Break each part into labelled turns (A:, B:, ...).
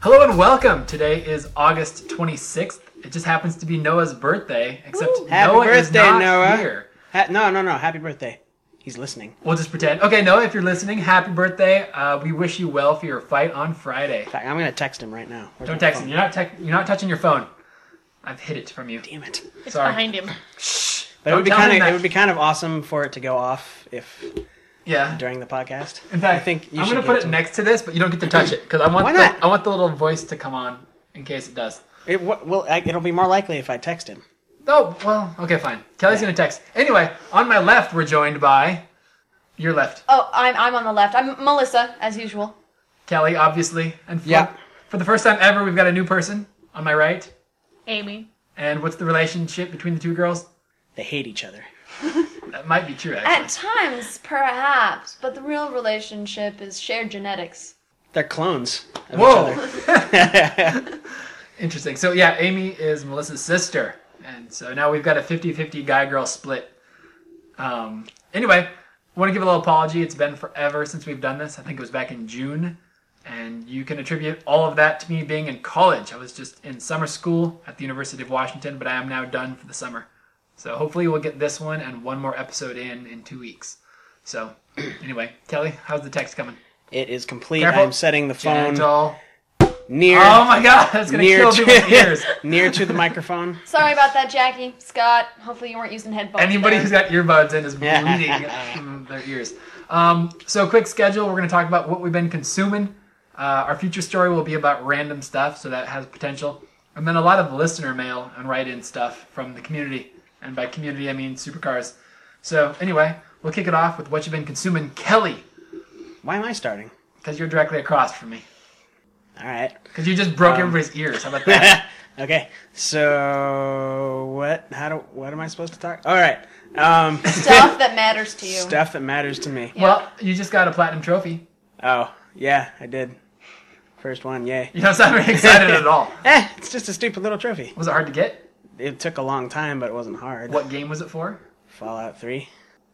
A: Hello and welcome. Today is August 26th. It just happens to be Noah's birthday, except
B: Happy
A: Noah is
B: birthday,
A: not
B: Noah.
A: here.
B: Ha- no, no, no. Happy birthday. He's listening.
A: We'll just pretend. Okay, Noah, if you're listening, happy birthday. Uh, we wish you well for your fight on Friday.
B: In fact, I'm gonna text him right now. Where's
A: Don't
B: my
A: text him.
B: phone?
A: You're not tech you're not touching your phone. I've hid it from you.
B: Damn it.
C: It's
A: Sorry.
C: behind him.
B: But
A: Don't
B: it would be
A: tell him
B: kind of
A: that.
B: it would be kind of awesome for it to go off if
A: Yeah.
B: during the podcast.
A: In fact,
B: I think you
A: I'm
B: should
A: gonna put
B: give
A: it
B: to him.
A: next to this, but you don't get to touch it because I want
B: Why
A: the,
B: not?
A: I want the little voice to come on in case it does.
B: It, wa- well, I, it'll be more likely if I text him.
A: Oh well, okay, fine. Kelly's
B: Yeah.
A: gonna text. Anyway, on my left, we're joined by your left,
C: Oh, I'm, I'm on the left. I'm Melissa, as usual.
A: Kelly, obviously, and for,
B: Yeah.
A: for the first time ever, we've got a new person on my right.
C: Amy.
A: And what's the relationship between the two girls?
B: They hate each other.
A: That might be true, actually.
C: At times, perhaps, but the real relationship is shared genetics.
B: They're clones of each
A: Whoa,
B: other.
A: interesting. So yeah, Amy is Melissa's sister, and so now we've got a 50-50 guy-girl split. Um, anyway, want to give a little apology. It's been forever since we've done this. I think it was back in June, and you can attribute all of that to me being in college. I was just in summer school at the University of Washington, but I am now done for the summer. So hopefully we'll get this one and one more episode in in two weeks. So anyway, Kelly, how's the text coming?
B: It is complete.
A: Careful.
B: I'm setting the phone
A: Gentle.
B: near
A: Oh my god, that's gonna
B: near
A: kill people's
B: to
A: ears.
B: near to the microphone.
C: Sorry about that, Jackie. Scott, hopefully you weren't using headphones.
A: Anybody
C: there.
A: who's got earbuds in is
B: Yeah.
A: bleeding from their ears. Um, so, quick schedule. We're going to talk about what we've been consuming. Uh, our future story will be about random stuff, so that has potential. And then a lot of listener mail and write in stuff from the community. And by community, I mean supercars. So, anyway, we'll kick it off with what you've been consuming, Kelly,
B: Why am I starting?
A: because you're directly across from me.
B: All right.
A: Because you just broke
B: Um.
A: everybody's ears. How about that?
B: okay. So what? How do? What am I supposed to talk? All right. Um,
C: Stuff that matters to you.
B: stuff that matters to me.
A: Well, you just got a platinum trophy.
B: Oh yeah, I did. First one, yay.
A: You don't sound very excited at all.
B: Eh, it's just a stupid little trophy.
A: Was it hard to get?
B: It took a long time, but it wasn't hard.
A: What game was it for?
B: Fallout Three.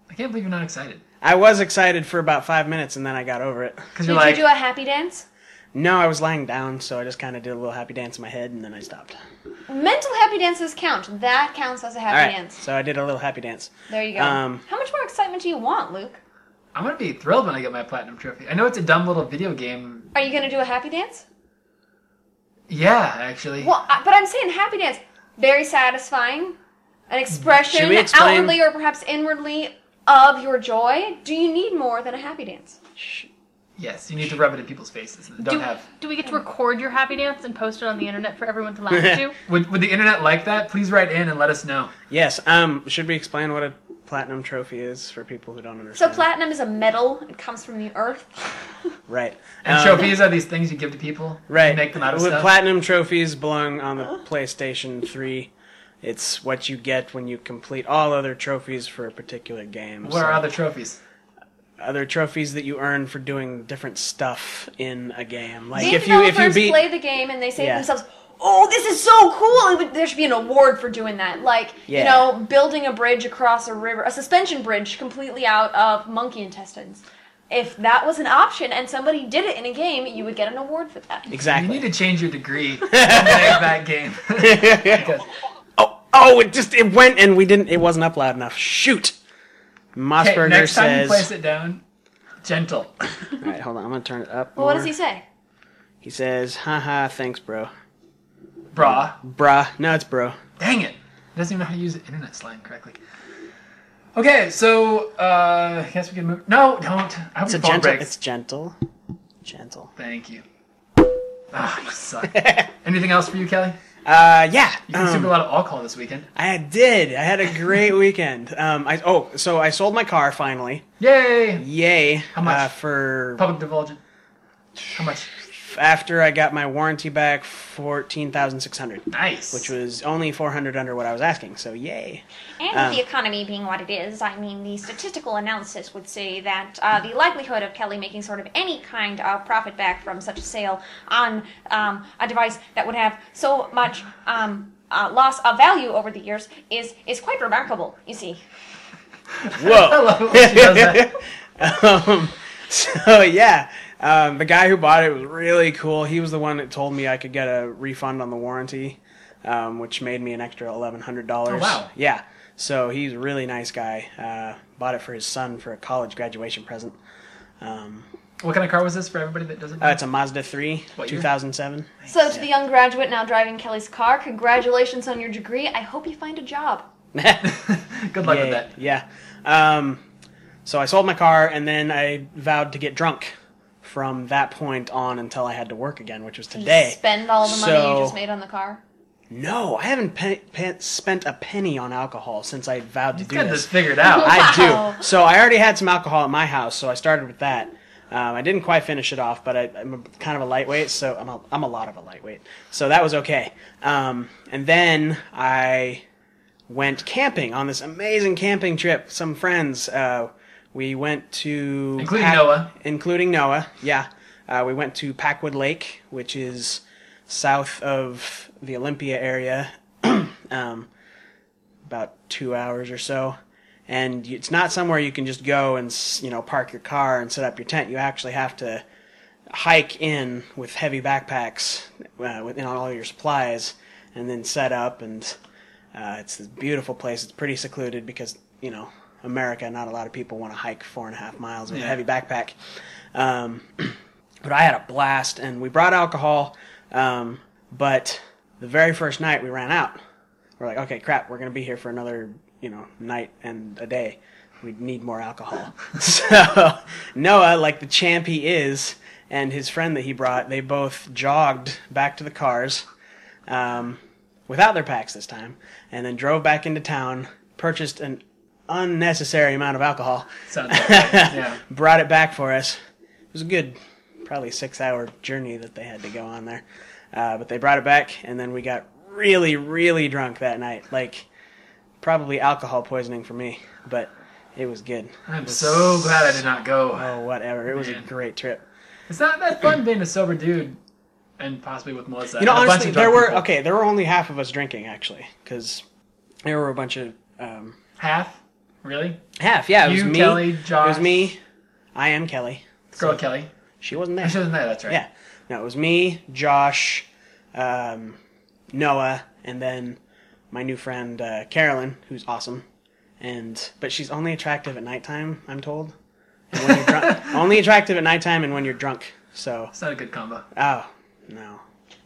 A: I can't believe you're not excited.
B: I was excited for about five minutes, and then I got over it.
A: Because
C: Did
A: you're
C: you
A: like,
C: do a happy dance?
B: No, I was lying down, so I just kind of did a little happy dance in my head, and then I stopped.
C: Mental happy dances count. That counts as a
B: All
C: happy
B: right,
C: dance.
B: so I did a little happy dance.
C: There you go.
B: Um,
C: How much more excitement do you want, Luke?
A: I'm gonna be thrilled when I get my platinum trophy. I know it's a dumb little video game.
C: Are you going to do a happy dance?
A: Yeah, actually.
C: Well, I, but I'm saying happy dance, very satisfying, an
B: Should
C: expression
B: we explain-
C: outwardly or perhaps inwardly of your joy. Do you need more than a happy dance?
A: Yes, you need to rub it in people's faces. That don't
D: Do,
A: have.
D: do we get to record your happy dance and post it on the internet for everyone to laugh to?
A: Would, would the internet like that? Please write in and let us know.
B: Yes. Um, should we explain what a platinum trophy is for people who don't
C: So
B: understand?
C: platinum is a metal. It comes from the earth.
B: Right.
A: And
B: Um,
A: trophies are these things you give to people.
B: Right.
A: You make them out of
B: With
A: stuff.
B: platinum trophies belong on the PlayStation 3. It's what you get when you complete all other trophies for a particular game.
A: what
B: So,
A: are other trophies?
B: other trophies that you earn for doing different stuff in a game? Like
C: Game
B: if you if you
C: developers
B: beat
C: play the game and they say
B: Yeah.
C: to themselves, "Oh, this is so cool!" It would- There should be an award for doing that. Like
B: Yeah.
C: you know, building a bridge across a river, a suspension bridge completely out of monkey intestines. If that was an option and somebody did it in a game, you would get an award for that.
A: You
B: exactly.
A: need to change your degree. to make that game. Because-
B: oh, oh! It just it went and we didn't. It wasn't up loud enough. Shoot.
A: okay,
B: Mossberger
A: next time you
B: says.
A: place it down, gentle.
B: All right, hold on. I'm gonna turn it up.
C: Well, what does
B: more.
C: he say?
B: He says, "Haha, thanks, bro."
A: Bra.
B: Bruh. No, it's bro.
A: Dang it! He doesn't even know how to use internet slang correctly. Okay, so uh, I guess we can move. No, don't. I hope
B: It's a
A: your phone
B: gentle.
A: breaks.
B: It's gentle. Gentle.
A: Thank you. Ah, you suck. Anything else for you, Kelly?
B: Uh, yeah.
A: You consumed
B: um,
A: a lot of alcohol this weekend.
B: I did. I had a great weekend. Um, I oh, so I sold my car finally.
A: Yay!
B: Yay! How
A: much?
B: Uh, for
A: Public divulgent. How much?
B: after I got my warranty back, fourteen thousand six hundred,
A: Nice.
B: which was only four hundred under what I was asking. So yay!
E: And
B: Ah.
E: with the economy being what it is, I mean, the statistical analysis would say that uh, the likelihood of Kelly making sort of any kind of profit back from such a sale on um, a device that would have so much um, uh, loss of value over the years is is quite remarkable. You see,
A: I
B: Whoa!
A: love when she does that.
B: um, so yeah, Um, the guy who bought it was really cool. He was the one that told me I could get a refund on the warranty, um, which made me an extra eleven hundred dollars.
A: Oh, wow.
B: Yeah. So he's a really nice guy. Uh, bought it for his son for a college graduation present. Um,
A: What kind of car was this for everybody that doesn't know?
B: uh, it's a Mazda 3,
A: What year?
B: 2007.
C: So to the young graduate now driving Kelly's car, congratulations on your degree. I hope you find a job.
A: Good luck
B: Yay,
A: with that.
B: Yeah. Um, so I sold my car, and then I vowed to get drunk from that point on until I had to work again, which was
C: You
B: today.
C: Spend all the money
B: So-
C: you just made on the car.
B: No, I haven't pe- pe- spent a penny on alcohol since I vowed to
A: He's
B: do
A: got
B: this.
A: this figured out.
B: I
C: Wow.
B: do. So I already had some alcohol at my house, so I started with that. Um, I didn't quite finish it off, but I, I'm a, kind of a lightweight, so I'm a, I'm a lot of a lightweight. So that was okay. Um, and then I went camping on this amazing camping trip. Some friends. Uh, we went to
A: Including Noah.
B: Including Noah, yeah. Uh, we went to Packwood Lake, which is south of the Olympia area. um, about two hours or so. And you- it's not somewhere you can just go and s- you know park your car and set up your tent. You actually have to hike in with heavy backpacks, uh, with, you know, all your supplies, and then set up. And uh, it's this beautiful place. It's pretty secluded because you know America. Not a lot of people want to hike four and a half miles with
A: Yeah.
B: a heavy backpack. Um, but I had a blast, and we brought alcohol. Um, but the very first night we ran out we're like, okay, crap, we're gonna be here for another, you know, night and a day. We need more alcohol. so Noah, like the champ he is, and his friend that he brought, they both jogged back to the cars, um, without their packs this time, and then drove back into town, purchased an unnecessary amount of alcohol,
A: Sounds like it. yeah.
B: brought it back for us. It was a good, probably six hour journey that they had to go on there. Uh, but they brought it back, and then we got really, really drunk that night. Like, probably alcohol poisoning for me, but it was good.
A: I'm so glad I did not go.
B: Oh, whatever. It was a
A: Man.
B: great trip.
A: It's not that fun being a sober dude, and possibly with Melissa.
B: You know,
A: and a bunch
B: honestly,
A: of
B: there
A: drunk
B: were,
A: people.
B: okay, there were only half of us drinking, actually, because there were a bunch of, um,
A: half, really.
B: half, yeah. It was
A: you,
B: me.
A: Kelly,
B: It
A: Josh,
B: was me. I am Kelly.
A: girl Kelly.
B: She wasn't
A: I
B: there.
A: shouldn't know. That's right.
B: Yeah. No, it was me, Josh, um, Noah, and then my new friend uh, Carolyn, who's awesome. And but she's only attractive at nighttime, I'm told. And when you're drunk, only attractive at nighttime and when you're drunk. So,
A: It's not a good combo.
B: oh no.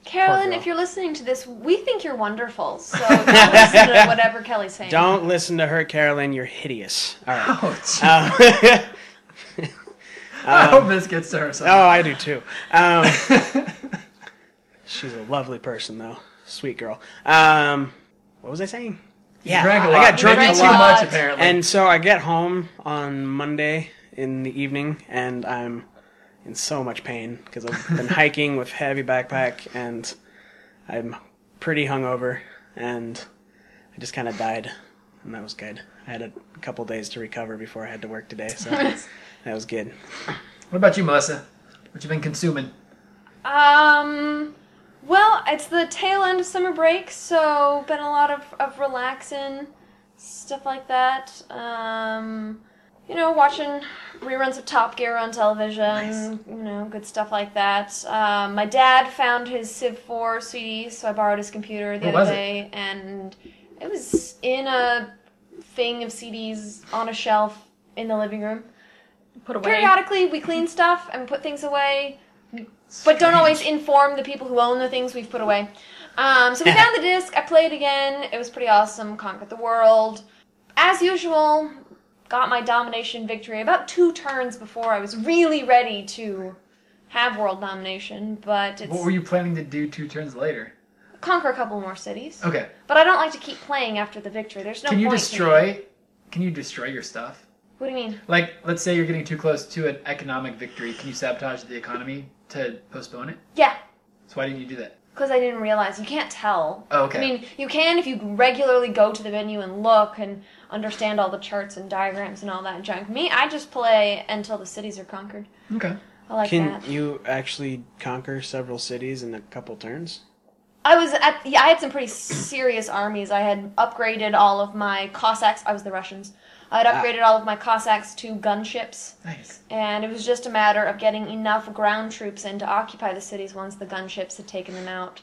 C: Carolyn,
B: girl.
C: if you're listening to this, we think you're wonderful. So don't listen to whatever Kelly's saying.
B: Don't listen to her, Carolyn. You're hideous. All right.
A: Ouch.
B: Um,
A: Oh, I hope this gets to her.
B: oh,
A: somehow.
B: I do too. Um, she's a lovely person, though. Sweet girl. Um, what was I saying? Yeah,
A: drank a
B: I
A: lot.
B: got drunk
A: Maybe
B: a
A: too
B: lot.
A: much apparently.
B: And so I get home on Monday in the evening, and I'm in so much pain because I've been hiking with heavy backpack, and I'm pretty hungover, and I just kind of died, and that was good. I had a couple days to recover before I had to work today, so that was good.
A: what about you, Melissa? What you been consuming?
C: Um, well, it's the tail end of summer break, so been a lot of, of relaxing, stuff like that. Um, you know, watching reruns of Top Gear on television, you know, good stuff like that. Um, my dad found his Civ 4 CD, so I borrowed his computer the
A: What was
C: other
A: it?
C: day, and it was in a thing of CDs on a shelf in the living room.
D: Put away.
C: Periodically, we clean stuff and put things away. But don't always inform the people who own the things we've put away. Um, so we found the disc. I played again. It was pretty awesome. Conquered the world. As usual, got my domination victory about two turns before I was really ready to have world domination. But it's
A: What were you planning to do two turns later?
C: conquer a couple more cities.
A: Okay.
C: But I don't like to keep playing after the victory. There's no
A: Can you
C: point. to me.
A: destroy? Can you destroy your stuff?
C: What do you mean?
A: Like, let's say you're getting too close to an economic victory. Can you sabotage the economy to postpone it?
C: Yeah,
A: So why didn't you do that?
C: because I didn't realize. You can't tell
A: Oh, okay.
C: I mean, you can if you regularly go to the venue and look and understand all the charts and diagrams and all that junk. Me, I just play until the cities are conquered.
A: okay.
C: I like
B: Can
C: that.
B: you actually conquer several cities in a couple turns?
C: I was at yeah, I had some pretty serious armies. I had upgraded all of my Cossacks. I was the Russians. I'd upgraded all of my Cossacks to gunships,
A: Nice.
C: and it was just a matter of getting enough ground troops in to occupy the cities once the gunships had taken them out.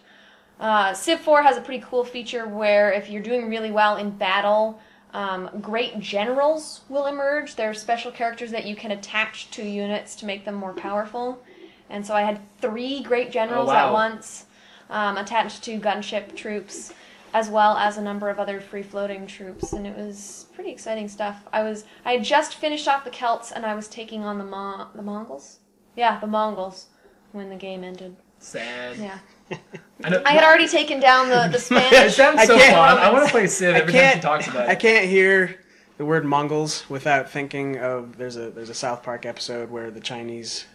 C: Uh, Civ 4 has a pretty cool feature where if you're doing really well in battle, um, great generals will emerge. They're special characters that you can attach to units to make them more powerful. And so I had three great generals
A: wow.
C: at once um, attached to gunship troops, as well as a number of other free floating troops, and it was pretty exciting stuff. I was I had just finished off the Celts, and I was taking on the Mo- the Mongols. Yeah, the Mongols when the game ended.
A: Sad.
C: Yeah,
A: I, know,
C: I had already taken down the the
A: it
C: Spanish.
A: sounds
B: I
A: so
B: can't-
A: fun. I want to play Civ
B: I
A: every time she
B: can't.
A: talks about
B: I
A: it.
B: can't hear the word Mongols without thinking of there's a there's a South Park episode where the Chinese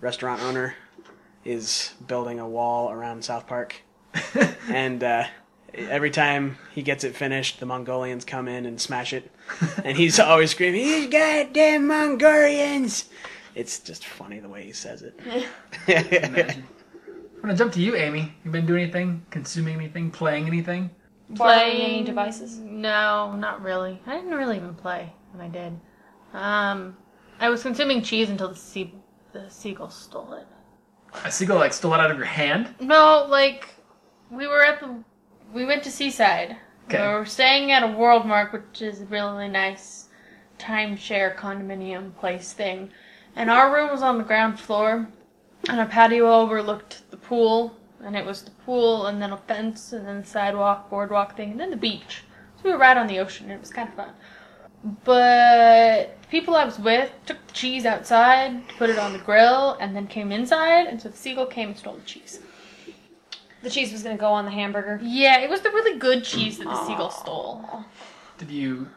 B: restaurant owner is building a wall around South Park, and uh, every time he gets it finished, the Mongolians come in and smash it, and he's always screaming, "These goddamn Mongolians!" It's just funny the way he says it.
A: I'm gonna jump to you, Amy. You been doing anything? Consuming anything? Playing anything?
C: Borrowing any
D: Playing-
C: devices?
D: No, not really. I didn't really even play when I did. Um, I was consuming cheese until the sea the seagull stole it.
A: A seagull like stole it out of your hand.
D: No, like we were at the we went to Seaside.
A: Okay.
D: We were staying at a World Mark, which is a really nice timeshare condominium place thing. And our room was on the ground floor and a patio overlooked the pool and it was the pool and then a fence and then the sidewalk, boardwalk thing, and then the beach. So we were right on the ocean and it was kinda fun. But the people I was with took the cheese outside, put it on the grill, and then came inside, and so the seagull came and stole the cheese.
C: The cheese was gonna go on the hamburger.
D: Yeah, it was the really good cheese that the seagull stole.
A: Did you?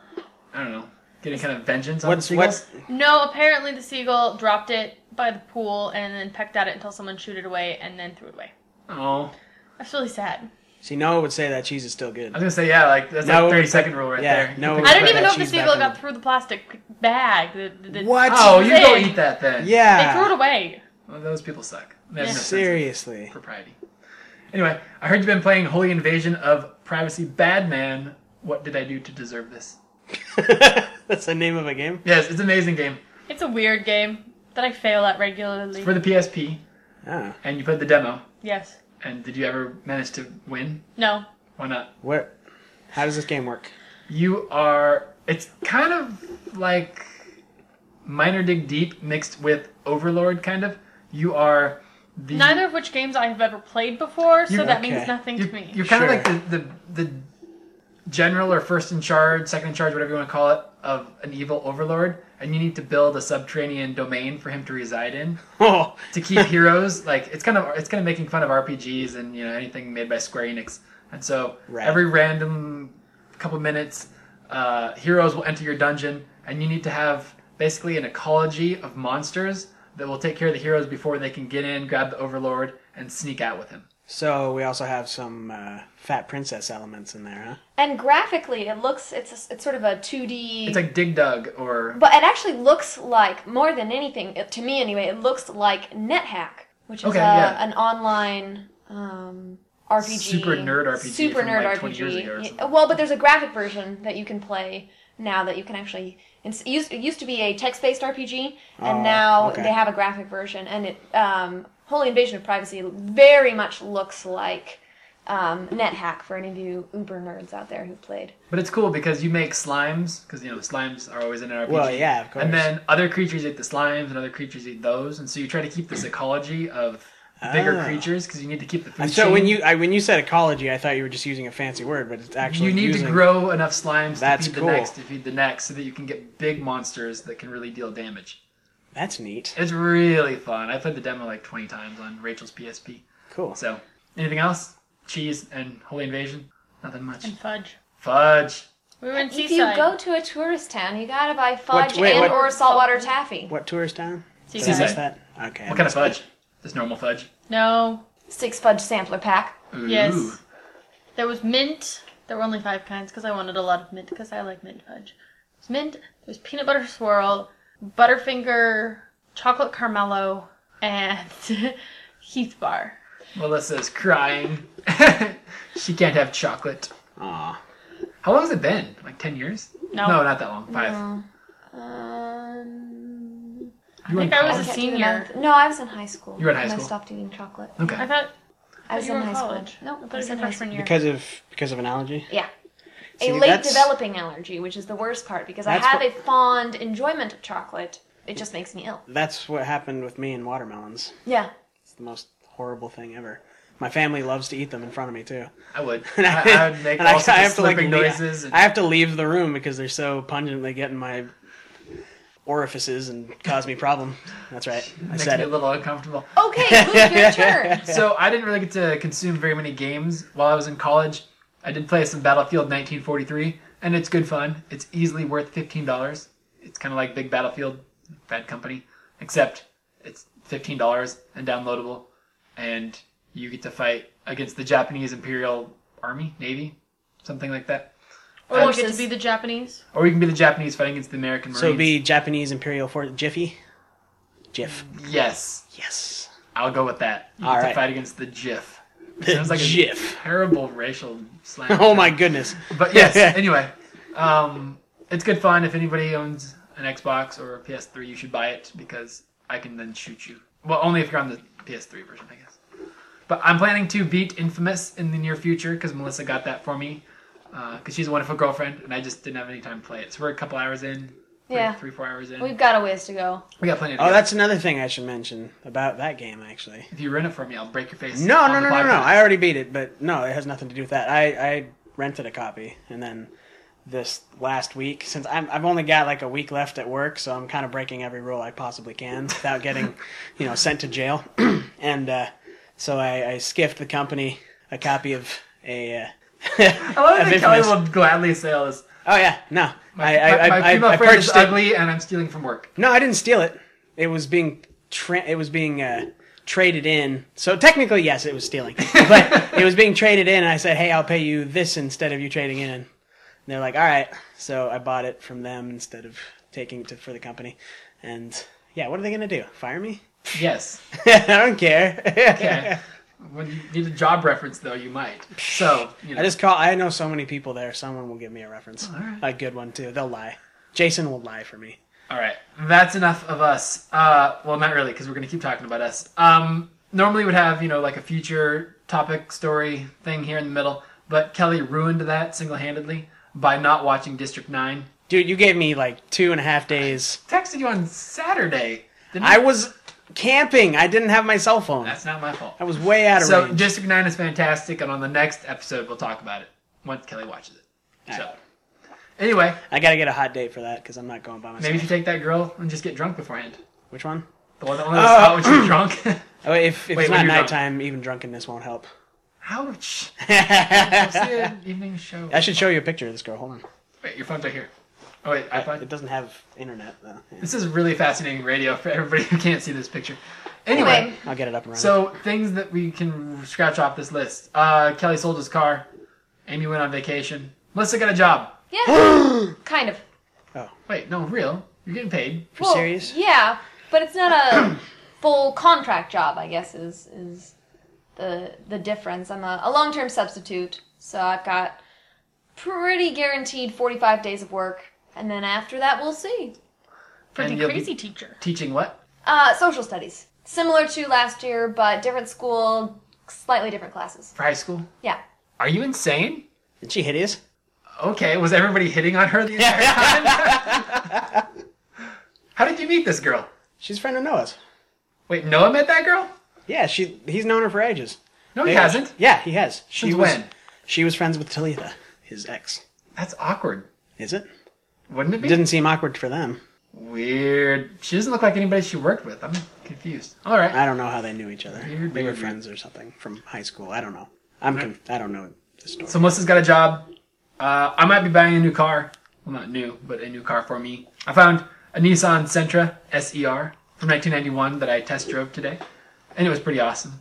A: I don't know. Get any kind of vengeance on
B: what's
A: the seagulls?
B: what?
D: No, apparently the seagull dropped it by the pool and then pecked at it until someone chewed it away and then threw it away.
A: Oh,
D: That's really sad.
B: See, Noah would say that cheese is still good.
A: I was gonna say yeah. Like that's
B: No,
A: like 30
B: it's
A: second
B: like-
A: rule right
B: yeah,
A: there. You
B: no,
A: can
B: it's
D: I
A: pick
D: don't
A: that
D: even know if the
B: cheese back
D: seagull
B: on
D: got
B: it.
D: through the plastic bag. The, the,
B: What?
A: Oh, you go
D: thing.
A: eat that then.
D: They
B: Yeah.
D: threw it away.
A: Well, those people suck. They have
D: Yeah.
A: no sense of
B: Seriously.
A: propriety. Anyway, I heard you've been playing Holy Invasion of Privacy Bad Man. What did I do to deserve this?
B: That's the name of a game.
A: Yes, it's an amazing game.
D: It's a weird game that I fail at regularly.
A: It's for the PSP,
B: Oh,
A: and you played the demo.
D: yes.
A: And did you ever manage to win?
D: No.
A: Why not?
B: what? How does this game work?
A: You are. It's kind of like Minor Dig Deep mixed with Overlord, kind of. You are the.
D: Neither of which games I have ever played before, so
A: You-
D: that
B: okay.
D: means nothing
A: You're,
D: to me.
A: you're kind
B: Sure.
A: of like the, the the general or first in charge, second in charge, whatever you want to call it, of an evil overlord, and you need to build a subterranean domain for him to reside in
B: Oh,
A: to keep heroes. Like it's kind of it's kind of making fun of RPGs and you know anything made by Square Enix. And so
B: Right.
A: every random couple minutes, uh, heroes will enter your dungeon, and you need to have basically an ecology of monsters that will take care of the heroes before they can get in, grab the overlord, and sneak out with him.
B: so we also have some uh, fat princess elements in there, huh?
C: And graphically, it looks it's a, it's sort of a two D.
A: It's like Dig Dug or
C: But it actually looks like, more than anything, it- to me anyway, it looks like NetHack, which is
A: Okay,
C: a,
A: yeah.
C: an online um, RPG.
A: Super nerd RPG
C: Super
A: from,
C: nerd
A: like, 20
C: RPG.
A: years ago or
C: Yeah,
A: something.
C: well, but there's a graphic version that you can play now that you can actually. It's, it, used, it used to be a text based RPG, and
B: Oh,
C: now
B: okay.
C: they have a graphic version. And it, um, Holy Invasion of Privacy very much looks like um, NetHack for any of you uber nerds out there who played.
A: But it's cool because you make slimes because you know slimes are always in an RPG.
B: Well, yeah, of course.
A: And then other creatures eat the slimes, and other creatures eat those, and so you try to keep this ecology of bigger
B: Ah.
A: creatures because you need to keep the food.
B: And so when
A: chain.
B: you I, when you said ecology, I thought you were just using a fancy word, but it's actually
A: you need
B: using,
A: to grow enough slimes
B: That's
A: to feed
B: cool.
A: the next, to feed the next, so that you can get big monsters that can really deal damage.
B: That's neat.
A: It's really fun. I played the demo like 20 times on Rachel's PSP.
B: Cool.
A: So anything else? Cheese and Holy Invasion? Nothing much.
D: And fudge.
A: Fudge.
D: We were in
C: If you
D: Seaside.
C: go to a tourist town, you gotta buy fudge
B: wait,
C: and
B: what-
C: or saltwater taffy.
B: What tourist town? Did I
D: Seaside.
B: miss that? Okay.
A: What kind of fudge? Just normal fudge.
D: No.
C: Six fudge sampler pack.
A: Ooh.
D: Yes. There was mint. There were only five kinds because I wanted a lot of mint because I like mint fudge. There's mint. There's peanut butter swirl, Butterfinger, chocolate Carmelo, and Heath bar.
A: Melissa's crying. she can't have chocolate.
B: Aw.
A: How long has it been? Like 10 years?
D: No.
A: No, not that long. Five.
C: Um,
A: You were
D: I
A: in
D: think I
A: college?
C: can't
D: was a
C: do
D: senior.
C: math. No, I was in high school.
A: You were in high
C: and
A: school?
C: I stopped eating chocolate.
D: I
A: Okay.
D: thought
C: I was
D: you
C: in
D: were
C: high
D: in college.
C: school. No,
D: I
C: I
D: thought
C: was
D: it was your
C: in high
D: freshman
C: school.
D: year.
B: because of because of an allergy.
E: Yeah.
B: See,
E: a late
B: that's-
E: developing allergy, which is the worst part because I
B: That's
E: have
B: what-
E: a fond enjoyment of chocolate. It just makes me ill.
B: That's what happened with me and watermelons.
E: Yeah.
B: It's the most horrible thing ever. My family loves to eat them in front of me too.
A: I would. I, I would make
B: And
A: all sorts
B: I
A: of slipping
B: lea-
A: noises. And,
B: I have to leave the room because they're so pungent. They get in my orifices and cause me problem. That's right. I
A: makes
B: said
A: me
B: it.
A: a little uncomfortable.
E: Okay, Luke, your turn.
A: So I didn't really get to consume very many games while I was in college. I did play some Battlefield 1943, and it's good fun. It's easily worth fifteen dollars. It's kind of like Big Battlefield, bad company, except it's fifteen dollars and downloadable, and you get to fight against the Japanese Imperial Army, Navy, something like that.
D: Or you get to
E: Horses.
D: be the Japanese.
A: Or you can be the Japanese fighting against the American Marines.
B: So it'd be Japanese Imperial for Jiffy. Jiff.
A: yes,
B: Yes.
A: I'll go with that. You
B: All
A: get to
B: right.
A: fight against the GIF.
B: The
A: Sounds like a-
B: Jiff.
A: Terrible racial slang.
B: Oh my goodness.
A: But yes, anyway, um, it's good fun. If anybody owns an Xbox or a PS3, you should buy it because I can then shoot you. Well, only if you're on the PS3 version, I guess. But I'm planning to beat Infamous in the near future because Melissa got that for me because she's a wonderful girlfriend, and I just didn't have any time to play it. So we're a couple hours in. three-
E: Yeah.
A: Three, four hours in.
E: We've got a ways to go.
A: we got plenty of
B: Oh, that's another thing I should mention about that game actually.
A: If you ruin it for me, I'll break your face.
B: No,
A: on
B: no,
A: the
B: no, no, no.
A: podcast.
B: I already beat it, but no, it has nothing to do with that. I, I rented a copy, and then this last week, since I'm, I've only got like a week left at work, so I'm kind of breaking every rule I possibly can without getting, you know, sent to jail. and uh, so I, I skiffed the company a copy of a. Uh,
A: I love
B: of
A: that Kelly
B: Infamous.
A: will gladly say all this.
B: Oh yeah, no, I, I,
A: my,
B: I,
A: my
B: I,
A: female
B: I
A: friend is
B: purchased it.
A: ugly, and I'm stealing from work.
B: No, I didn't steal it. It was being tra- it was being uh, traded in. So technically, yes, it was stealing, but it was being traded in. And I said, "Hey, I'll pay you this instead of you trading in." And they're like, "All right." So I bought it from them instead of taking it to, for the company. And yeah, what are they gonna do? Fire me?
A: Yes.
B: I don't care.
A: Okay. when you need a job reference, though, you might. So, you know.
B: I just call. I know so many people there. Someone will give me a reference,
A: All right.
B: a good one too. They'll lie. Jason will lie for me.
A: All right. That's enough of us. Uh, well, not really, because we're going to keep talking about us. Um, normally would have, you know, like a future topic story thing here in the middle, but Kelly ruined that single handedly by not watching District 9.
B: Dude, you gave me like two and a half days.
A: Texted you on Saturday. Didn't
B: I was camping. I didn't have my cell phone.
A: That's not my fault.
B: I was way out of
A: So,
B: range.
A: District 9 is fantastic, and on the next episode, we'll talk about it once Kelly watches it. So,
B: Alright.
A: anyway,
B: I gotta get a hot date for that because I'm not going by myself.
A: maybe you should take that girl and just get drunk beforehand.
B: Which one?
A: The one that only was out when she was drunk.
B: Oh, if, if
A: Wait, when
B: it's not
A: you're drunk.
B: nighttime, even drunkenness won't help.
A: Ouch. See
B: I
A: an evening show.
B: should show you a picture of this girl. Hold on.
A: Wait, your phone's right here. Oh wait,
B: It
A: iPhone.
B: doesn't have internet though. Yeah.
A: This is really fascinating radio for everybody who can't see this picture. Anyway,
E: Anyway,
B: I'll get it up and running.
A: so things that we can scratch off this list. Uh, Kelly sold his car. Amy went on vacation. Melissa got a job.
E: yeah, kind of.
A: Wait, no, real. You're getting paid.
B: for serious?
E: Yeah, but it's not a full contract job. I guess is is the the difference. I'm a, a long term substitute, so I've got pretty guaranteed 45 days of work, and then after that we'll see.
D: For
A: And
D: the
A: you'll be-
D: crazy teacher.
A: Teaching what?
E: Uh, social studies, similar to last year, but different school, slightly different classes.
A: For high school?
E: Yeah.
A: Are you insane?
B: Isn't she hideous?
A: Okay, was everybody hitting on her the entire time? How did you meet this girl?
B: She's a friend of Noah's.
A: Wait, Noah met that girl?
B: Yeah, she. He's known her for ages.
A: No, Oh, he
B: Yeah,
A: hasn't.
B: Yeah, he has. She
A: Since
B: was.
A: when?
B: She was friends with Talitha, his ex.
A: That's awkward.
B: Is it?
A: Wouldn't it be?
B: Didn't seem awkward for them.
A: Weird. She doesn't look like anybody she worked with. I'm confused. All right.
B: I don't know how they knew each other.
A: Weird,
B: they were
A: weird,
B: friends or something from high school. I don't know. I'm. Conf- I don't know the story.
A: So Melissa's got a job. Uh, I might be buying a new car. Well, not new, but a new car for me. I found a Nissan Sentra SER from 1991 that I test drove today, and it was pretty awesome.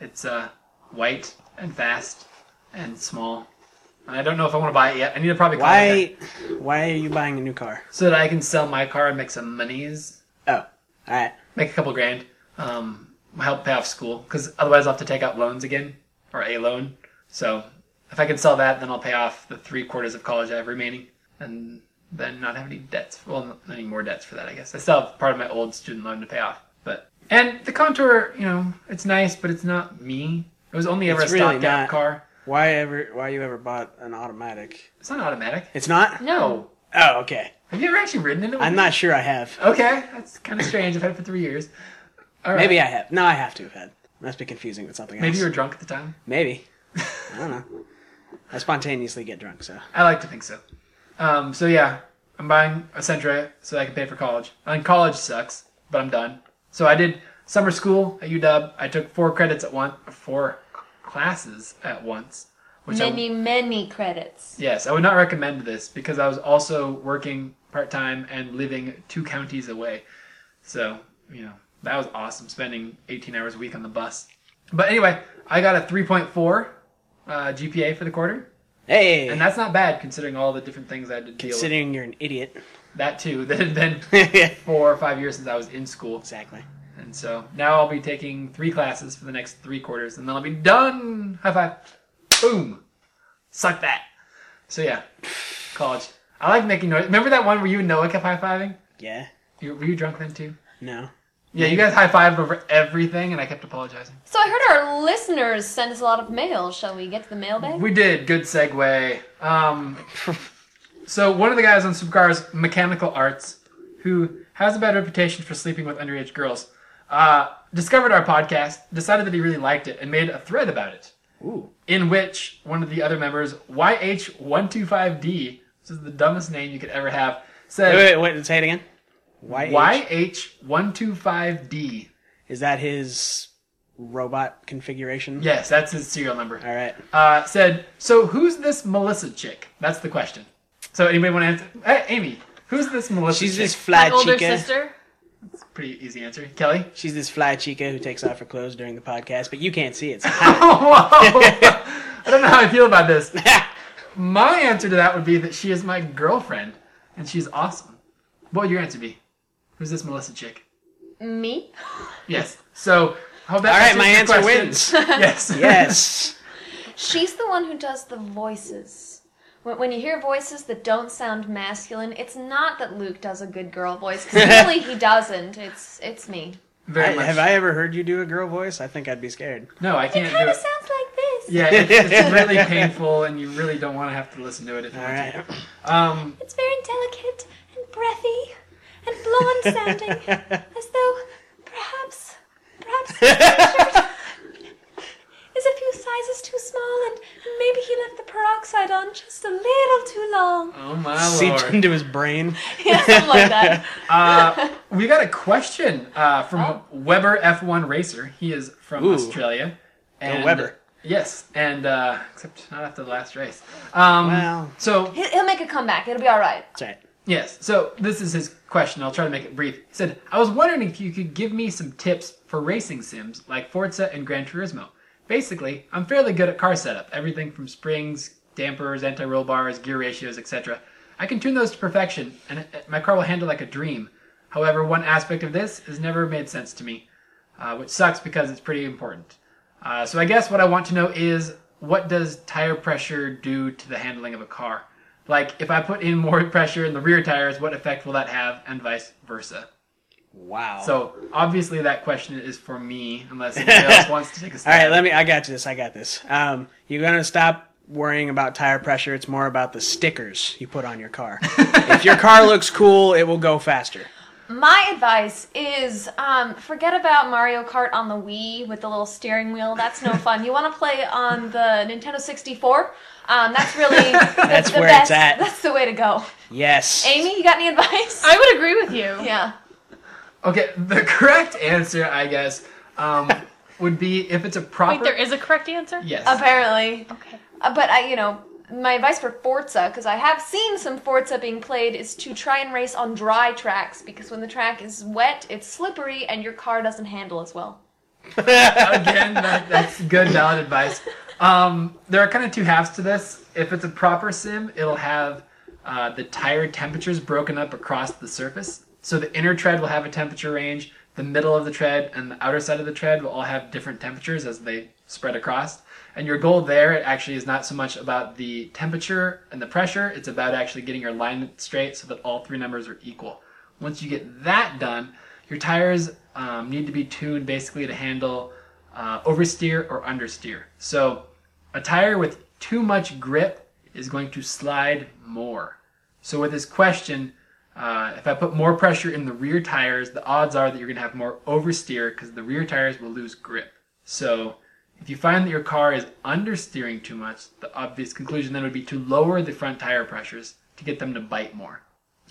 A: It's uh, white and fast and small. And I don't know if I want to buy it yet. I need to probably call
B: Why, why are you buying a new car?
A: so that I can sell my car and make some monies.
B: Oh, all right.
A: make a couple grand, um, help pay off school, because otherwise I'll have to take out loans again, or a loan. So if I can sell that, then I'll pay off the three quarters of college I have remaining, and then not have any debts. Well, not any more debts for that, I guess. I still have part of my old student loan to pay off, but and the Contour, you know, it's nice, but it's not me. It was only ever
B: It's
A: a
B: really
A: stopgap
B: not.
A: car.
B: Why ever? Why you ever bought an automatic?
A: It's not automatic.
B: It's not.
A: No.
B: Oh, okay.
A: Have you ever actually ridden in it?
B: I'm not sure I have.
A: Okay, that's kind of strange. I've had it for three years. All right.
B: Maybe I have. No, I have to have had. Must be confusing with something
A: Maybe
B: else.
A: you were drunk at the time.
B: Maybe. I don't know. I spontaneously get drunk, so
A: I like to think so. Um, so yeah, I'm buying a Sentra so I can pay for college. And college sucks, but I'm done. So I did summer school at UW. I took four credits at once, four classes at once. Which I,
C: Many, many credits.
A: yes, I would not recommend this because I was also working part time and living two counties away. So you know that was awesome, spending 18 hours a week on the bus. But anyway, I got a 3.4 uh, GPA for the quarter,
B: hey.
A: and that's not bad considering all the different things I had to deal with.
B: considering you're an idiot.
A: that too that had been
B: exactly.
A: four or five years since i was in school and so now i'll be taking three classes for the next three quarters and then i'll be done high five boom suck that so yeah college i like making noise remember that one where you and noah kept high-fiving
B: Yeah.
A: you, were you drunk then too
B: No.
A: yeah you guys high-fived over everything and i kept apologizing
C: So I heard our listeners send us a lot of mail. Shall we get to the mailbag?
A: we did good segue um, so one of the guys on supercars mechanical arts who has a bad reputation for sleeping with underage girls uh, discovered our podcast decided that he really liked it and made a thread about it
B: Ooh.
A: in which one of the other members yh125d this is the dumbest name you could ever have
B: Wait,
A: said
B: wait, wait, say it again. Why?
A: yh125d
B: Is that his robot configuration?
A: yes that's his serial number
B: All right.
A: uh, said, "So who's this Melissa chick?" That's the question. So anybody want to answer? Hey, Amy, who's this Melissa?
B: She's
A: chick?
B: this fly
D: My older
B: chica.
D: sister.
A: pretty easy answer. Kelly.
B: She's this fly chica who takes off her clothes during the podcast, but you can't see it.
A: Oh, Whoa. I don't know how I feel about this. My answer to that would be that she is my girlfriend, and she's awesome. What would your answer be? Who's this Melissa chick?
C: Me?
A: Yes. So I hope that
B: All right,
A: answers
B: my
A: your
B: answer
A: question.
B: wins.
A: Yes.
B: yes.
C: She's the one who does the voices. When, when you hear voices that don't sound masculine, it's not that Luke does a good girl voice because really he doesn't. It's it's me.
A: Very
B: I-
A: much.
B: have I ever heard you do a girl voice? I think I'd be scared.
A: No, I can't
C: Kind
A: do
C: of
A: it.
C: sounds like this.
A: Yeah, it's, it's really painful, and you really don't want to have to listen to it if you
B: All
A: want
B: right.
A: to. Um,
C: It's very delicate and breathy and blonde sounding, as though perhaps perhaps his shirt is a few sizes too small and maybe he left the peroxide on just a little too long.
A: oh my
B: Seeped
A: lord.
B: into his brain.
C: Yeah, something like that.
A: Uh, we got a question uh, from
C: Oh.
A: Weber F1 Racer. He is from
B: Ooh.
A: Australia. And,
B: Weber.
A: Yes, and uh, except not after the last race. Um,
B: Wow.
A: So
C: He'll, he'll make a comeback. It'll be all right.
B: That's right.
A: yes, so this is his question. I'll try to make it brief. He said, "I was wondering if you could give me some tips for racing sims like Forza and Gran Turismo. Basically, I'm fairly good at car setup, everything from springs, dampers, anti-roll bars, gear ratios, etc. I can tune those to perfection, and uh, my car will handle like a dream. However, one aspect of this has never made sense to me, uh, which sucks because it's pretty important. Uh, so I guess what I want to know is what does tire pressure do to the handling of a car? Like, if I put in more pressure in the rear tires, what effect will that have, and vice versa?
B: Wow.
A: So obviously that question is for me, unless anybody else wants to take a
B: All right,
A: stab.
B: let me. I got you this. I got this. Um, you're gonna stop worrying about tire pressure. It's more about the stickers you put on your car. if your car looks cool, it will go faster.
C: My advice is um, forget about Mario Kart on the Wii with the little steering wheel. That's no fun. You want to play on the Nintendo 64? Um, that's really
B: That's
C: the
B: where
C: best.
B: it's at.
C: That's the way to go.
B: Yes.
C: Amy, you got any advice?
D: I would agree with you.
C: yeah.
A: Okay, the correct answer, I guess, um, would be if it's a proper.
D: Wait, there is a correct answer?
A: Yes.
C: Apparently.
D: Okay.
C: Uh, But I, you know, my advice for Forza, because I have seen some Forza being played, is to try and race on dry tracks because when the track is wet, it's slippery and your car doesn't handle as well.
A: Again, that, that's good, valid advice. Um, there are kind of two halves to this. If it's a proper sim, it'll have uh, the tire temperatures broken up across the surface. So the inner tread will have a temperature range, the middle of the tread and the outer side of the tread will all have different temperatures as they spread across. And your goal there it actually is not so much about the temperature and the pressure, it's about actually getting your line straight so that all three numbers are equal. Once you get that done, your tires um, need to be tuned basically to handle uh, oversteer or understeer. So a tire with too much grip is going to slide more. So with this question, uh, if I put more pressure in the rear tires, the odds are that you're going to have more oversteer because the rear tires will lose grip. So if you find that your car is understeering too much, the obvious conclusion then would be to lower the front tire pressures to get them to bite more.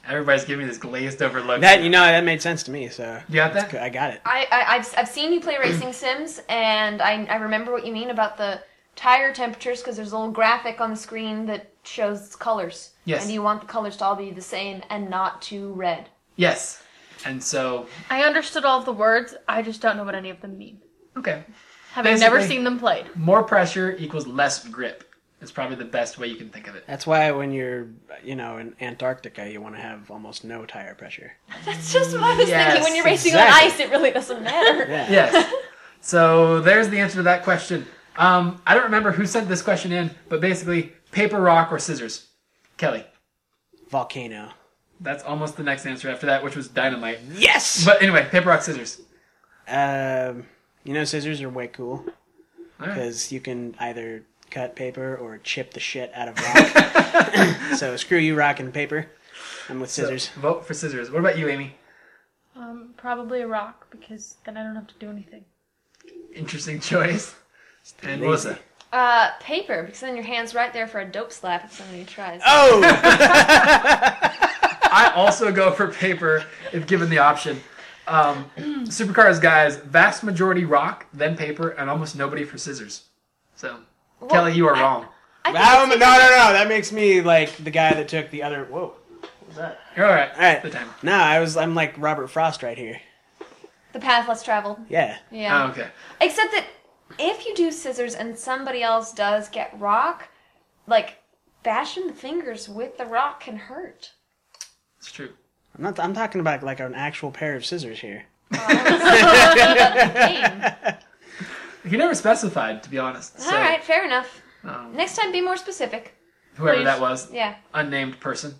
A: Everybody's giving me this glazed over look.
B: That you know that made sense to me. So
A: You got
B: that's
A: that?
B: good. I got it.
C: I, I I've I've seen you play racing sims, and I I remember what you mean about the tire temperatures because there's a little graphic on the screen that shows colors.
A: Yes.
C: And you want the colors to all be the same and not too red.
A: Yes. And so,
D: I understood all of the words. I just don't know what any of them mean.
A: okay.
D: Having never
A: Basically-
D: seen them played.
A: More pressure equals less grip. It's probably the best way you can think of it.
B: That's why when you're you know in Antarctica, you want to have almost no tire pressure.
C: That's just what I was
A: Yes,
C: thinking. When you're racing
B: exactly.
C: on ice, it really doesn't matter.
B: Yeah.
A: Yes. so there's the answer to that question. Um, I don't remember who sent this question in, but basically, paper, rock, or scissors. Kelly.
B: Volcano.
A: That's almost the next answer after that, which was dynamite.
B: Yes.
A: But anyway, paper, rock, scissors.
B: um, you know scissors are way cool
A: All right.
B: because you can either cut paper or chip the shit out of rock. so screw you, rock and paper. I'm with scissors.
A: So, vote for scissors. What about you, Amy?
D: Um, probably a rock because then I don't have to do anything.
A: Interesting choice. And
B: lazy.
A: Melissa.
C: Uh, paper because then your hand's right there for a dope slap if somebody tries.
B: oh.
A: I also go for paper if given the option. Um, supercars, guys, vast majority rock, then paper, and almost nobody for scissors. So, Kelly, you are wrong.
C: I think
B: Wow,
C: it's
B: no, no, no. That makes me like the guy that took the other. Whoa.
A: You're all right.
B: All right.
A: The timer.
B: No, I was. I'm like Robert Frost right here.
C: the path less traveled.
B: Yeah.
C: Yeah.
A: Oh, okay.
C: Except that if you do scissors and somebody else does get rock, like bashing the fingers with the rock can hurt.
A: It's true.
B: I'm not. I'm talking about like an actual pair of scissors here.
C: Dang.
A: He never specified, to be honest. So,
C: All right, fair enough.
A: um,
C: Next time, be more specific.
A: whoever
D: Please.
A: that was,
C: Yeah. Mm-hmm.
A: unnamed person.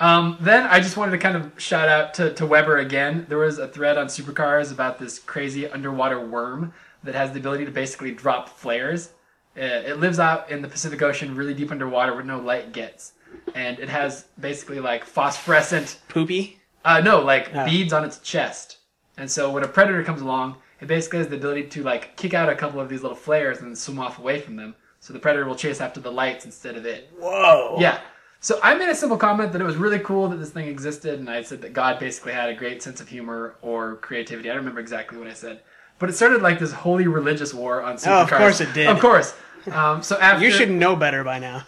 A: Um, then I just wanted to kind of shout out to, to Weber again. There was a thread on Supercars about this crazy underwater worm that has the ability to basically drop flares. Uh, It lives out in the Pacific Ocean, really deep underwater, where no light gets, and it has basically like phosphorescent,
B: Poopy.
A: uh, no, like
B: Oh.
A: beads on its chest. And so when a predator comes along, it basically has the ability to like kick out a couple of these little flares and swim off away from them. So the predator will chase after the lights instead of it.
B: Whoa.
A: Yeah. So I made a simple comment that it was really cool that this thing existed, and I said that God basically had a great sense of humor or creativity. I don't remember exactly what I said, but it started like this holy religious war on supercars.
B: Oh, of course it did.
A: Of course. Um, so after
B: You should know better by now.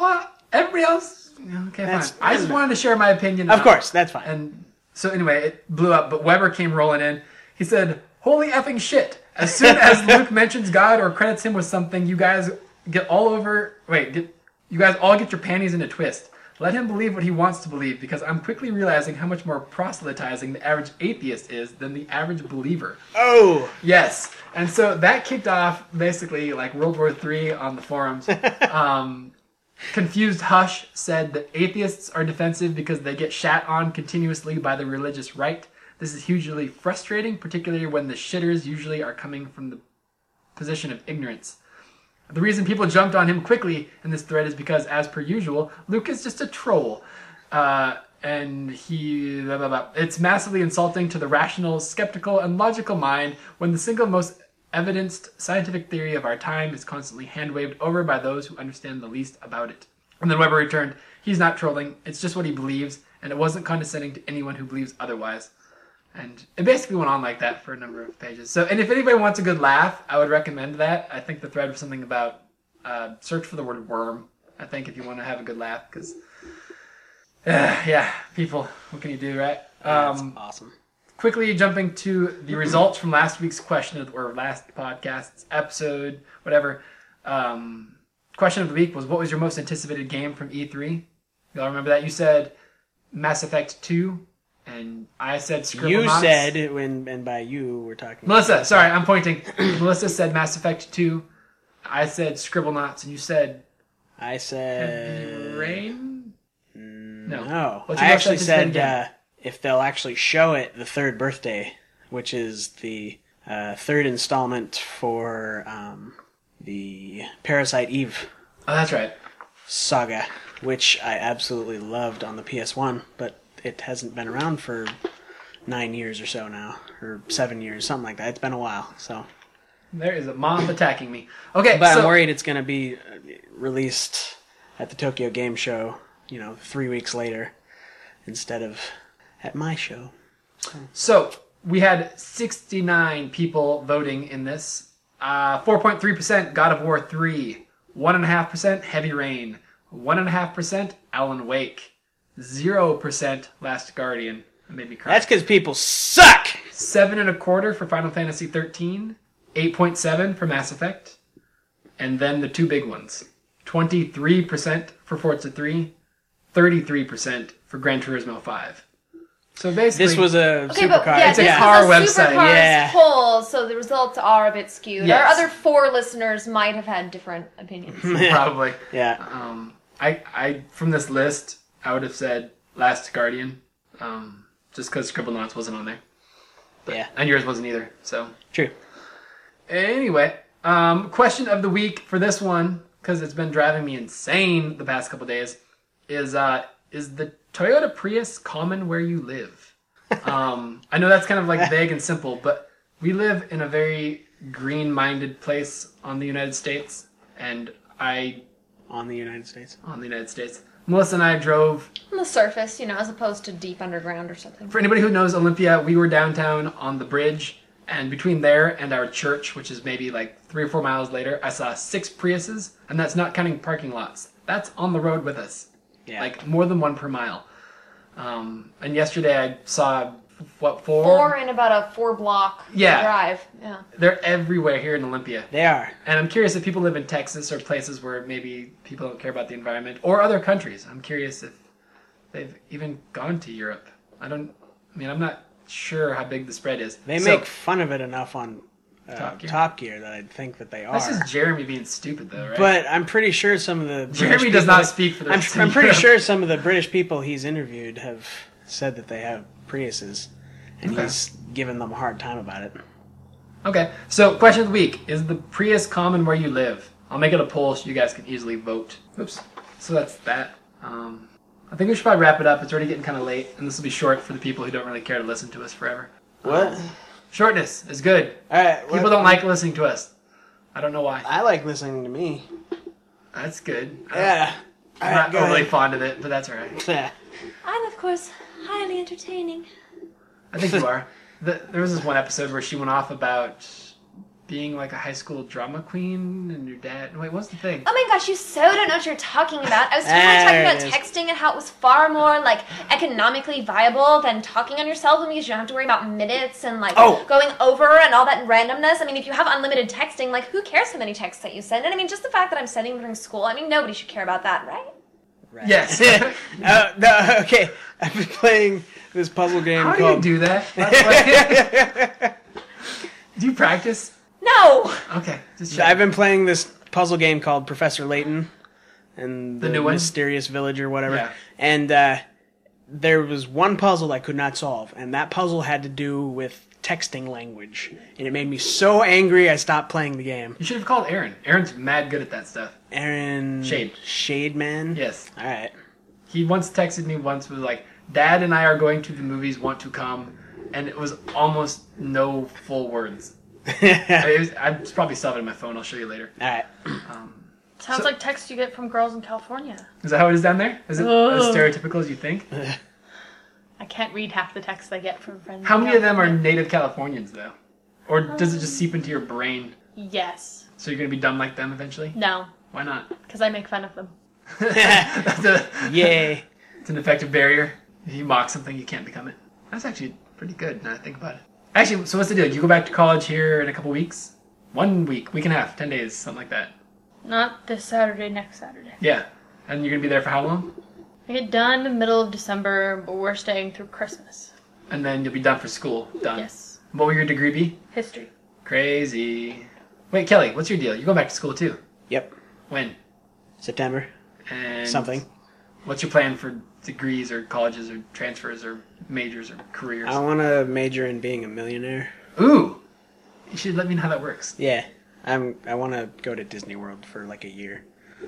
A: Well, everybody else. Okay,
B: That's-
A: fine. I just wanted to share my opinion.
B: Of
A: on-
B: course, that's fine.
A: and so anyway, it blew up, but Weber came rolling in. He said, Holy effing shit. As soon as Luke mentions God or credits him with something, you guys get all over wait, get you guys all get your panties in a twist. Let him believe what he wants to believe because I'm quickly realizing how much more proselytizing the average atheist is than the average believer.
B: oh.
A: Yes, and so that kicked off basically like World War III on the forums. um, confused Hush said that atheists are defensive because they get shat on continuously by the religious right. This is hugely frustrating, particularly when the shitters usually are coming from the position of ignorance. The reason people jumped on him quickly in this thread is because, as per usual, Luke is just a troll. Uh, and he. Blah, blah, blah. It's massively insulting to the rational, skeptical, and logical mind when the single most evidenced scientific theory of our time is constantly hand waved over by those who understand the least about it. And then Weber returned, he's not trolling, it's just what he believes, and it wasn't condescending to anyone who believes otherwise. And it basically went on like that for a number of pages. So, and if anybody wants a good laugh, I would recommend that. I think the thread was something about uh, search for the word worm. I think if you want to have a good laugh, because yeah, people, what can you do, right? Um,
B: that's awesome.
A: quickly jumping to the results from last week's question of, or last podcast's episode, whatever. Um, question of the week was what was your E most anticipated game from E3? Y'all remember that? You said Mass Effect 2. and I said scribble
B: You
A: knots.
B: said, when, and by you, we're talking.
A: Melissa, sorry, I'm pointing. Melissa said Mass Effect 2. I said Scribble Knots, and you said
B: I said.
A: Rain? No.
B: No.
A: What's
B: I
A: your most
B: actually
A: anticipated
B: said
A: game?
B: uh, if they'll actually show it the third birthday, which is the uh, third installment for um, the Parasite Eve
A: Oh, that's right.
B: saga, which I absolutely loved on the PS1, but it hasn't been around for nine years or so now, or seven years, something like that. It's been a while, so.
A: There is a moth attacking me. Okay,
B: But I'm
A: so
B: worried it's going to be uh, released at the Tokyo Game Show, you know, three weeks later instead of at my show.
A: So we had 69 people voting in this. Uh, 4.3% God of War 3. 1.5% Heavy Rain. 1.5% Alan Wake. 0% Last Guardian. That made me cry.
B: That's because people suck!
A: Seven and a quarter for Final Fantasy 13. 8.7 for Mass Effect. And then the two big ones. 23% for Forza 3. 33% for Gran Turismo 5. So basically...
B: This was a
C: Okay,
B: supercar.
C: but yeah,
A: a
C: this
A: car
C: was a
A: website,
C: supercars
B: yeah.
C: poll, so the results are a bit skewed. Our
A: Yes. Hmm.
C: other four listeners might have had different opinions.
A: Probably.
B: yeah.
A: Um, I, I from this list, I would have said Last Guardian, um, just because Scribble Knots wasn't on there,
B: Yeah.
A: and yours wasn't either. So
B: True.
A: anyway, um, question of the week for this one, because it's been driving me insane the past couple days, is uh, is the Toyota Prius common where you live? um, I know that's kind of like vague and simple, but we live in a very green-minded place on the United States, and I
B: On the United States.
A: on the United States. Melissa and I drove.
C: On the surface, you know, as opposed to deep underground or something.
A: For anybody who knows Olympia, we were downtown on the bridge, and between there and our church, which is maybe like three or four miles later, I saw six Priuses, and that's not counting parking lots. That's on the road with us,
B: Yeah.
A: like more than one per mile. Um, and yesterday I saw what four?
C: Four in about a four block
A: Yeah.
C: drive. Yeah.
A: They're everywhere here in Olympia.
B: they are.
A: And I'm curious if people live in Texas or places where maybe people don't care about the environment or other countries. I'm curious if they've even gone to Europe. I don't. I mean, I'm not sure how big the spread is.
B: They
A: So,
B: make fun of it enough on uh, Top,
A: Top
B: Gear.
A: Gear.
B: that I'd think that they are.
A: That's just Jeremy being stupid, though, right?
B: But I'm pretty sure some of the
A: Jeremy does
B: British people
A: not
B: that-
A: speak for the
B: I'm,
A: rest of
B: I'm pretty
A: Europe.
B: sure some of the British people he's interviewed have said that they have Priuses, and
A: Okay.
B: he's given them a hard time about it.
A: okay. So, question of the week: Is the Prius common where you live? I'll make it a poll so you guys can easily vote. Oops. So that's that. Um, I think we should probably wrap it up. It's already getting kind of late, and this will be short for the people who don't really care to listen to us forever.
B: What?
A: Shortness is good.
B: All right.
A: People don't like listening to us. I don't know why.
B: I like listening to me.
A: That's good. I don't-
B: Yeah.
A: I'm
B: All right,
A: Oh. not
B: go
A: overly
B: ahead.
A: fond of it, but that's all right.
B: Yeah.
E: I'm, of course, highly entertaining.
A: I think you are. The, there was this one episode where she went off about being like a high school drama queen and your dad. Wait, what's the thing?
E: Oh my gosh, you so don't know what you're talking about. I was totally
B: There
E: talking
B: it
E: about
B: is.
E: texting and how it was far more like economically viable than talking on your cell phone because you don't have to worry about minutes and like
B: Oh.
E: going over and all that randomness. I mean, if you have unlimited texting, like who cares how many texts that you send? And I mean, just the fact that I'm sending during school, I mean, nobody should care about that, right?
B: Right.
A: Yes.
B: uh, no, okay. I've been playing this puzzle game
A: How do you
B: called.
A: do that? That's like- do you practice?
E: No!
A: Okay, just
B: I've
A: check.
B: been playing this puzzle game called Professor Layton, and the,
A: The new one?
B: mysterious village or whatever.
A: Yeah.
B: And uh, there was one puzzle I could not solve, and that puzzle had to do with texting language, and it made me so angry I stopped playing the game.
A: You should have called Aaron. Aaron's mad good at that stuff.
B: Aaron
A: Shade.
B: Shade Man.
A: Yes.
B: All right.
A: He once texted me once was like, "Dad and I are going to the movies. Want to come?" And it was almost no full words. I, it was, I was probably still have it in my phone. I'll show you later.
B: All right.
D: Sounds
A: So-
D: like text you get from girls in California.
A: Is that how it is down there? Is it
D: Oh.
A: as stereotypical as you think?
D: I can't read half the texts I get from friends. in
A: How many of them are
D: California.
A: native Californians though? Or does it just seep into your brain
D: Yes.
A: so you're gonna be dumb like them eventually?
D: No.
A: Why not?
D: Because I make fun of them.
A: That's a-
B: Yay.
A: It's an effective barrier. If you mock something, you can't become it. That's actually pretty good now that I think about it. Actually, so what's the deal? You go back to college here in a couple weeks? One week, week and a half, ten days, something like that.
D: Not this Saturday, next Saturday.
A: Yeah. And you're gonna be there for how long?
D: I get done in the middle of December, but we're staying through Christmas.
A: and then you'll be done for school. Done.
D: Yes.
A: What will your degree be?
D: History.
A: Crazy. Wait, Kelly, what's your deal? You're going back to school too.
B: Yep.
A: When?
B: September.
A: And
B: Something.
A: What's your plan for degrees or colleges or transfers or majors or careers?
B: I want to major in being a millionaire.
A: Ooh, you should let me know how that works.
B: Yeah. I'm. I want to go to Disney World for like a year.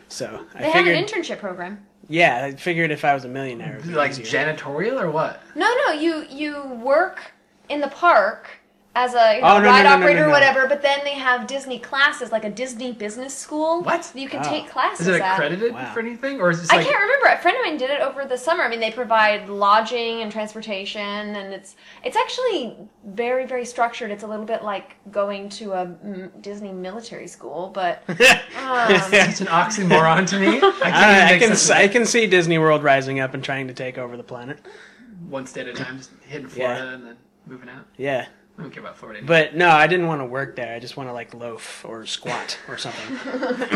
B: So
E: They
B: I
E: have
B: figured.
E: an internship program.
B: yeah, I figured if I was a millionaire, it would
A: Is
B: be
A: it like
B: easier.
A: janitorial or what?
E: No, no, you you work in the park as a you know,
B: Oh, no, no,
E: ride
B: no, no,
E: operator
B: no,
E: or
B: no.
E: whatever, but then they have Disney classes, like a Disney business school.
A: What?
E: That you can
B: Oh.
E: take classes
A: Is it
E: at.
A: accredited
B: Wow.
A: for anything, or is it
E: I
A: like
E: can't remember. A friend of mine did it over the summer. I mean, they provide lodging and transportation, and it's it's actually very very structured. It's a little bit like going to a mm, Disney military school, but um,
A: it's an oxymoron to me? I can't even
B: I, I
A: make
B: can
A: sense
B: s-
A: of
B: I
A: it.
B: can see Disney World rising up and trying to take over the planet.
A: one state at a time, just hitting
B: Yeah.
A: Florida and then moving out.
B: Yeah,
A: I don't care about Florida. anymore.
B: but no, I didn't want to work there. I just want to like loaf or squat or something.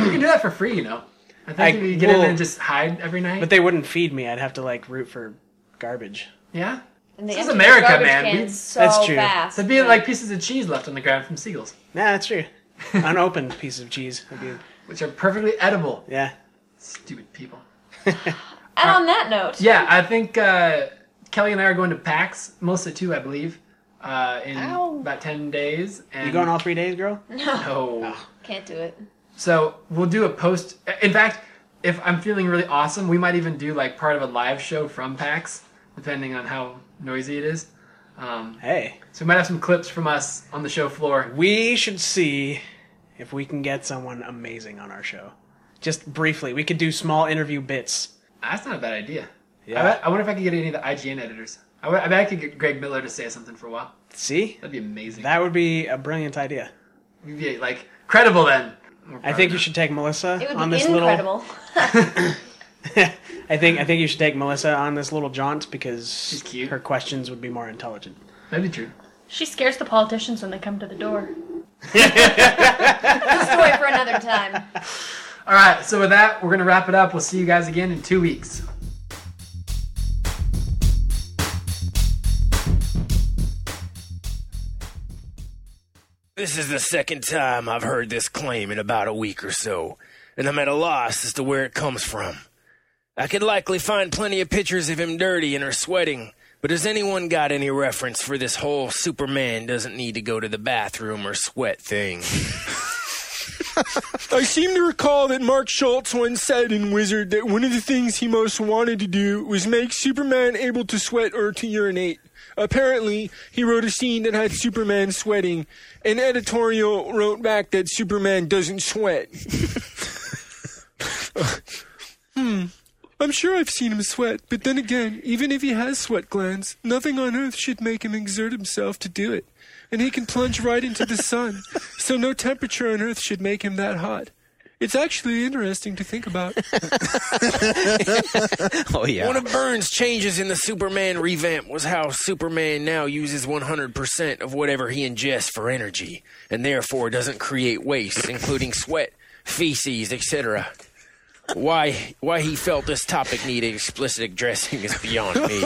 A: you can do that for free, you know. I think
B: I-
A: if you get in
B: well-
A: and just hide every night.
B: But they wouldn't feed me. I'd have to like root for garbage.
A: yeah,
E: and they
A: This is
E: empty the
A: America,
E: garbage
A: man.
E: cans
A: We-
E: so
B: that's true.
E: Fast,
A: so it'd be like pieces of cheese left on the ground from seagulls,
B: Nah, that's true. Unopened piece of cheese. Would be,
A: which are perfectly edible.
B: yeah.
A: Stupid people.
E: And on that note,
A: uh, Yeah, I think uh, Kelly and I are going to PAX, Melissa too, I believe, uh, in
B: Ow.
A: about ten days. And
B: You going Ah. all three days, girl?
A: No.
E: can't do it.
A: So we'll do a post. In fact, if I'm feeling really awesome, we might even do like part of a live show from PAX, depending on how noisy it is. Um,
B: Hey,
A: so we might have some clips from us on the show floor.
B: we should see if we can get someone amazing on our show. Just briefly, we could do small interview bits.
A: Ah, That's not a bad idea.
B: Yeah.
A: I, bet- I wonder if I could get any of the IGN editors. I, w- I bet I could get Greg Miller to say something for a while.
B: See,
A: That'd be amazing.
B: that would be a brilliant idea.
A: We'd be like credible then.
B: I think you should take Melissa
E: It would
B: on
E: be
B: this little.
E: incredible.
B: I think I think you should take Melissa on this little jaunt because
A: She's cute.
B: her questions would be more intelligent.
A: That'd be true.
D: She scares the politicians when they come to the door.
E: Story for another time.
A: All right, so with that, we're going to wrap it up. We'll see you guys again in two weeks.
F: This is the second time I've heard this claim in about a week or so, and I'm at a loss as to where it comes from. I could likely find plenty of pictures of him dirty and her sweating, but has anyone got any reference for this whole Superman doesn't need to go to the bathroom or sweat thing? I seem to recall that Mark Schultz once said in Wizard that one of the things he most wanted to do was make Superman able to sweat or to urinate. Apparently, he wrote a scene that had Superman sweating. An editorial wrote back that Superman doesn't sweat. hmm. I'm sure I've seen him sweat, but then again, even if he has sweat glands, nothing on earth should make him exert himself to do it. And he can plunge right into the sun, so no temperature on earth should make him that hot. It's actually interesting to think about.
G: Oh yeah.
F: One of Burns' changes in the Superman revamp was how Superman now uses 100% of whatever he ingests for energy, and therefore doesn't create waste, including sweat, feces, etc. Why, why he felt this topic needed explicit addressing is beyond me.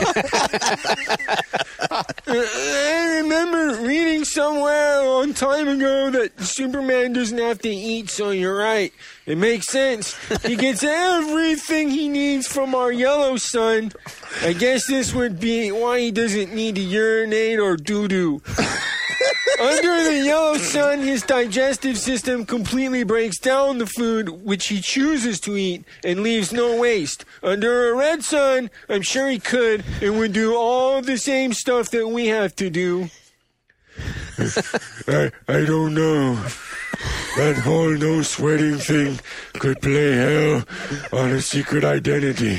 F: I remember reading somewhere a long time ago that Superman doesn't have to eat, so you're right. It makes sense. He gets everything he needs from our yellow sun. I guess this would be why he doesn't need to urinate or doo doo. Under the yellow sun, his digestive system completely breaks down the food which he chooses to eat and leaves no waste. Under a red sun, I'm sure he could and would do all the same stuff that we have to do.
H: I, I don't know. That whole no sweating thing could play hell on a secret identity.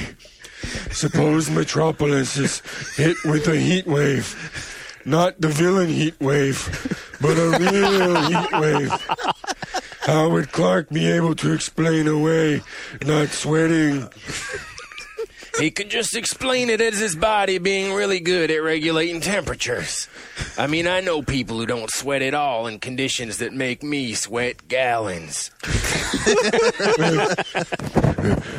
H: Suppose Metropolis is hit with a heat wave. Not the villain heat wave, but a real heat wave. How would Clark be able to explain away not sweating?
F: He could just explain it as his body being really good at regulating temperatures. I mean, I know people who don't sweat at all in conditions that make me sweat gallons.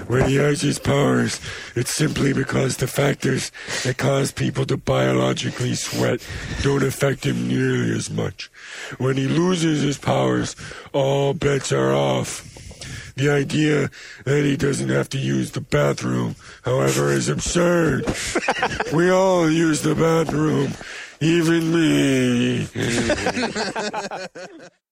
H: When he has his powers, it's simply because the factors that cause people to biologically sweat don't affect him nearly as much. When he loses his powers, all bets are off. The idea that he doesn't have to use the bathroom, however, is absurd. we all use the bathroom, even me.